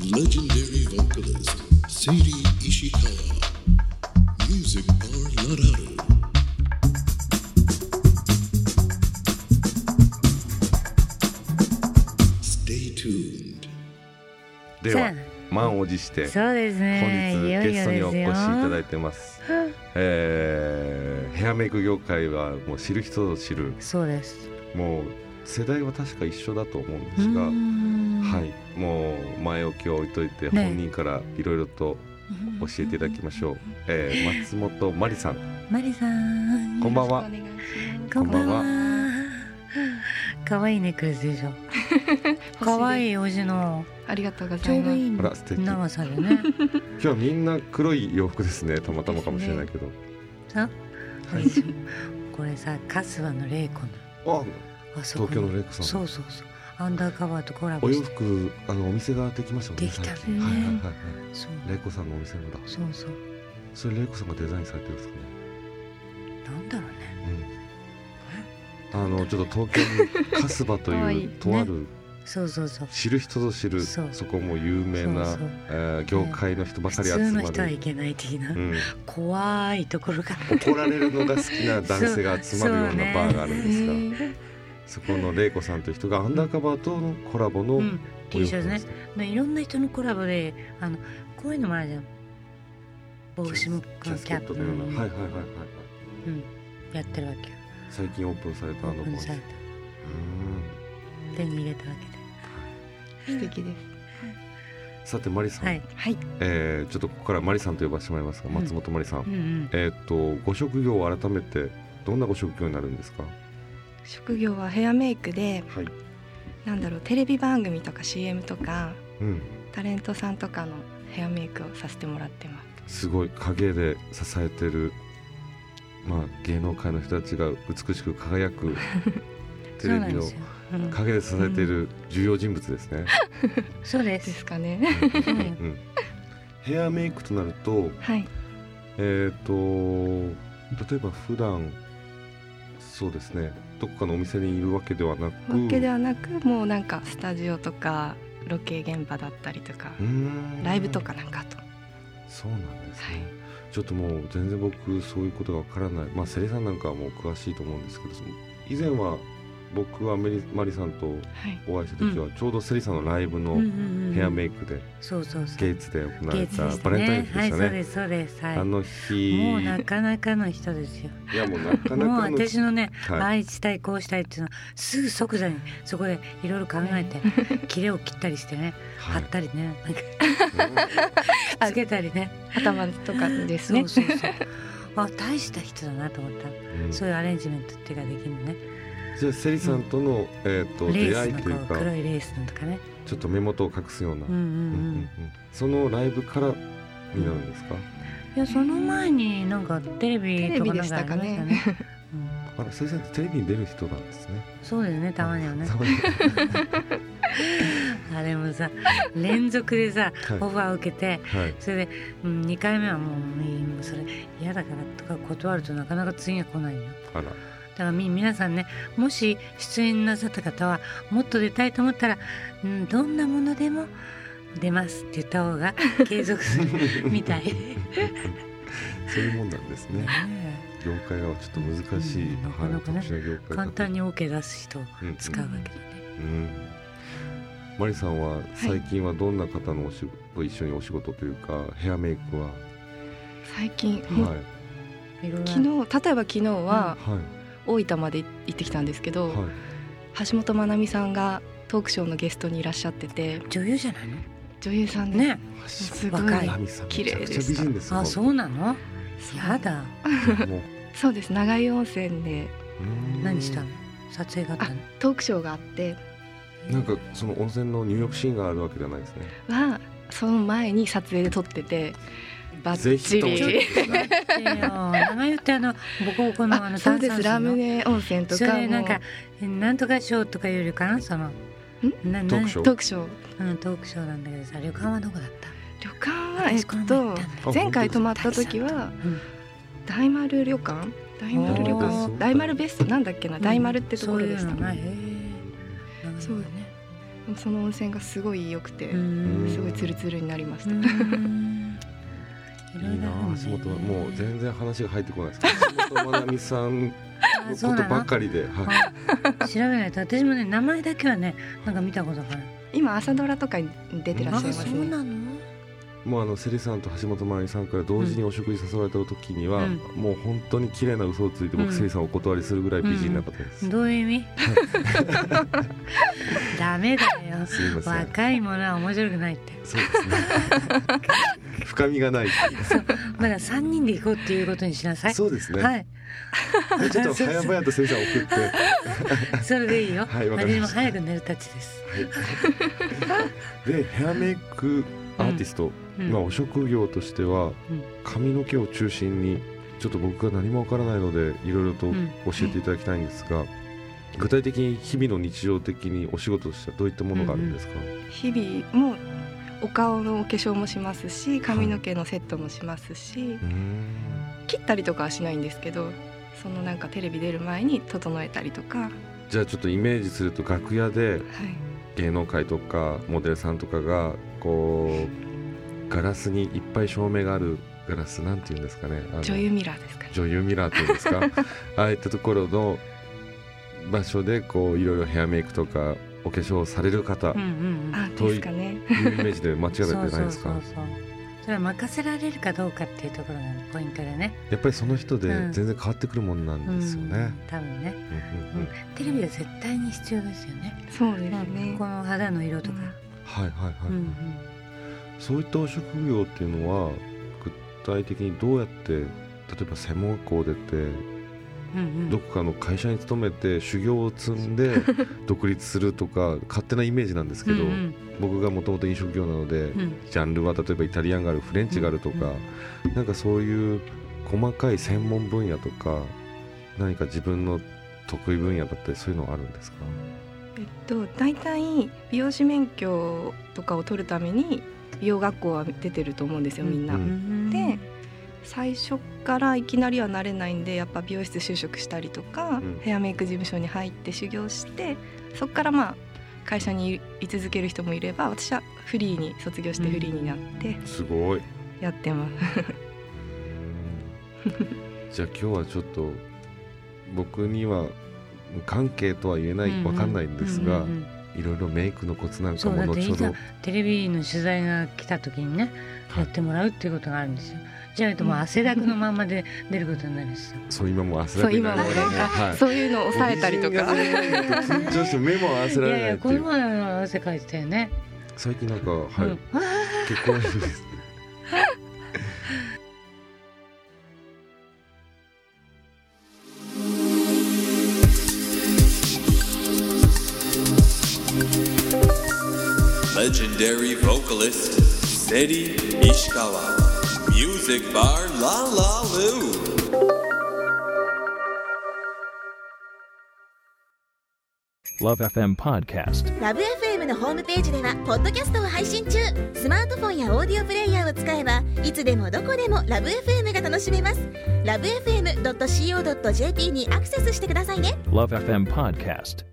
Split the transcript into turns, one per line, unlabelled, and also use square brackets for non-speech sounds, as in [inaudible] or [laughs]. legendary vocalist Sadie Ishikawa. Music Bar Lararo. Stay tuned.
では
さ
満を持して本
そうですね。
日
いよ
ゲ
いよ
ストに
で
お
すよ
越しいただいてますえーヘアメイク業界はもう知る人ぞ知る
そうです。
もう世代は確か一緒だと思うんで
うー
すが、
ん
はい、もう前置きを置いといて、
ね
本人からいろいろと教えていただきましょう、えー、松本まりさん
マリさん。
こんばんは
こんばん
こんば
は。可愛いネックレスでしょ。可愛いおじの
ありがとうご
ち
ざい
ょう
ま
ど
す。
いい
あら素敵
長さでね。
今日はみんな黒い洋服ですねたまたまかもしれないけど、
あ
はい、
これさ、春日のレイコの
あ
あそこ
東京のレイコさ
そ
ん
うそうそう。アンダーカバーとコラ
お
ボ
洋
して。
服あのお店ができましたもんね
できたね
最近はいはいはいは
そう
いレイコさんのお店のだ
そうそう。
それレイコさんがデザインされてるんですかね
なんだろうね。
うんあのちょっと東京にカスバと
かわ
い
いいうね
とある
そうそうそう。
知る人ぞ知る
[laughs] そう
そこも有名な
そうそう
えー業界の人ば
普
かり集
通の
ま
人はい
る、
けない的な、
うん、
怖いところが
怒られるのが好きな男性が集まるようなバーがあるんですがそ,、この玲子さんという人がアンダーカバーとのコラボのお
う
洋
ん、T シャ
服
ツ
で
ね
す、
でいろんな人のコラボであのこういうのもあるじゃん帽子も
キ
キ
ャ
ャ
スケッ
ッ
ト
プ
のような、
も
はいはいはいはいはい
うん、やってるわけよ
最近オープンされたあの
オープン
帽子
サイ
うん
ト手に入れたわ
素敵です。
さてマリさ
け
ん、
ではい、
はい。
えーちょっとここからマリさんと呼ばせてもらいますが
うん
松本マリさん、
うんうん、
えーっとご職業を改めてどんなご職業になるんですか
職業はヘアメイクで、
はい、
なんだろうテレビ番組とか CM とか
うん、
タレントさんとかのヘアメイクをさせてもらってます。
すごい影で支えてる、まあ、芸能界の人たちが美しく輝くテ
そう
レ
な
ビ
んで
の
すよ、うん、
影で支えている重要人物ですね。
そうで
です
す
かね。
うんうんうんヘアメイクとなると,、
はい。
えー、と例えば普段そうですねどこかのお店にいるわけではなく
わけではなく、もうなんかスタジオとかロケ現場だったりとか
うー、ん
ライブとかなんかと。
そうなんですね、
はい
ちょっともう全然僕そういうことがわからないまあセリさんなんかはもう詳しいと思うんですけどその以前は僕はメリマリさんと
はい。
お会いした時はちょうどセリさんのライブのヘアメ
イ
イクで
クそうそうそう
ゲイツで行わ
ゲ
れ
イツで
た
した
バレンタイン日で
はい
した
そ
ね
うですそうですはい
あの日
もうなかなかの人ですよ
いやもうなかな
もう
かの
私のね、あ [laughs]
はい
あしたいこうしたいっていうのはすぐ即座にそこでいろいろ考えて、切れを切ったりしてね貼
は
ったりねなんか
い
くっつけたりね
頭とかです
そ
ね
う。そうそう [laughs] あ大した人だなと思った、
うん
そういうアレンジメントっていうかできるのね
じゃあセリさんとのえーと
レ
出
ー
会い
ス
と
の
い
こ
う
う
か
黒いレースのとかね
ちょっと目元を隠すような
うんうんうん、
うんうんうんそのライブからになるんですか
いやその前になんかテレビとかなんかありましたね
テレビで
う
し
ん
あらセリさんってテレビに出る人なんですね
そうですねたまにはね [laughs]
たまに
あれもさ連続でさ
は
オファーを受けて
い、はい、
それで、うん、2回目はもういいもうそれ嫌だからとか断るとなかなか次が来ないのよ
あら
だからみ皆さんねもし出演なさった方はもっと出たいと思ったら、うん、どんなものでも出ますって言った方が継続するみたいね
そういうもんなんですね
え
業界はちょっと難しい、
うん
はい
なかなかね
特殊業界だと
簡単に OK 出す人を
うん
使うわけだね
うんマリさんは最近はどんな方のお仕事、一緒にお仕事というかヘアメイクは、
最近、もう
はい
いろいろ
昨日例えば昨日は
はい
大分まで行ってきたんですけど、
はい
橋本まなみさんがトークショーのゲストにいらっしゃってて
女優じゃないの
女優さんで、
ね
す
ごい
ラミさん
綺麗でした
めちゃくちゃ美人ですよ
あそうなの
そう
やだ
もう
そうです長井温泉で
うん
何したの撮影があったの
トークショーがあって
なんかその温泉の入浴シーンがあるわけじゃないですね
はその前に撮影で撮っててバ
ぜ
ッ
ひ
チ
ともちょっ
リ
とね
えー長湯ってあのボコボコのあ
あ
の
そ
炭
うで
酸
す
水
ラム
の
ネ温泉と
そ
か
れなん
も
かなんとかショーとかいうよりかなそのな
トークショ
ト
ー
ークショー
うん、トークショーなんだけどさ旅館はどこだった
旅館はえ
私
っ
この前行っ
と
たんだよ
あ
前回泊まった時は
うん
大丸旅館大丸旅
お
館
ー
大丸別荘なんだっけな大丸ってところでし
そ
た
ういうのがへ
ね
え
そう
ね
その温泉がすごい良くて、
うん
すごいツルツルになりま
う
した、
んいろ
いい
いろ
な
ある
あ
んだ
橋
よね
本はもう全然話が入ってこないで
[laughs]
すけど橋本まなみさんの
あ
こと
そうなの
ばっかりで、はい、
あ調べないと私もね名前だけはねなんか見たことがある
今朝ドラとかに出てらっしゃいます
あ
ね
そうなの
もうあのセリさんと橋本まなみさんから同時にお食事誘われた時には、
うん
もう本当に綺麗な嘘をついて僕、
うん
セリさんお断りするぐらい美人な方です、
どういう意味ダメだよ
すいません
若いものは面白くないって
そうですね深みがないっていう
だから3人で行こうっていうことにしなさい
そうですね、
はい
ちょっと早々とセリさん送って
それでいいよ、
はいわかり
私も
ました
早く寝るたちです、 [laughs]
でヘアメイクアーティスト、
うん
まあ、お職業としては、
うん
髪の毛を中心にちょっと僕が何もわからないのでいろいろと
ん
教えていただきたいんですが、具体的に日々の日常的にお仕事としてはどういったものがあるんですか、
日々もうお顔のお化粧もしますし髪の毛のセットもしますし
うーん
切ったりとかはしないんですけどそのなんかテレビ出る前に整えたりとか、は
じゃあちょっとイメージすると楽屋で芸能界とかモデルさんとかがこうガラスにいっぱい照明があるガラスなんていうんですかねあの
い、女優ミラーですかね
女優ミラーっていうんですか
[laughs]
ああいったところの場所でこういろいろヘアメイクとかお化粧をされる方、
うんうん
あ
遠い
ですかね
いうイメージで間違って
うん
ないですか
[laughs] そうそれは任せられるかどうかっていうところがポイントでね
やっぱりその人で
うん
全然変わってくるもんなんですよね、
うん多分ね、
うんうんうん
テレビは絶対に必要ですよね
そうです
うん
ね
この肌の色とか、
はいはいはい、
うんうん
そういったお職業っていうのは具体的にどうやって例えば専門校出て
うんうん
どこかの会社に勤めて修行を積ん
[laughs]
で独立するとか勝手なイメージなんですけど、
うんうん
僕がもともと飲食業なので、
うん
ジャンルは例えばイタリアンがあるフレンチがあるとか、なんかそういう細かい専門分野とか何か自分の得意分野だったりそういうのはあるんですか
えっと大体美容師免許とかを取るために美容学校は出てると思うんですよみんな、
うん
で最初からいきなりはなれないんでやっぱ美容室就職したりとか、
うん
ヘアメイク事務所に入って修行してそこからまあ会社にい続ける人もいれば私はフリーに卒業してフリーになって
すごい
やってます、
[laughs] じゃあ今日はちょっと僕には無関係とは言えない、わかんないんですが、
ううんうん
いろいろメイクのコツなんか
そう
も
だって
後ほど
いテレビの取材が来た時にね、
はい
やってもらうっていうことがあるんですよじゃないともう汗だくのままで出ることになるしさ
そう今もう汗だくになる
そう今もう
はい
そういうのを抑えたりとか
僕自身がね [laughs] 緊張して目も合わせ
い
られ
やい
ないっ
や
てい
この
う
前は汗かいてたよね、
最近なんかはい、
うんあ
結構多いです
legendary vocalist Seri Ishikawa. Music bar La La Lu.
Love FM Podcast.
ラブ f m のホームページではポッドキャストを配信中スマートフォンやオーディオプレイヤーを使えばいつでもどこでもラブ f m が楽しめますラブ FM.co.jp にアクセスしてくださいね
Love FM Podcast.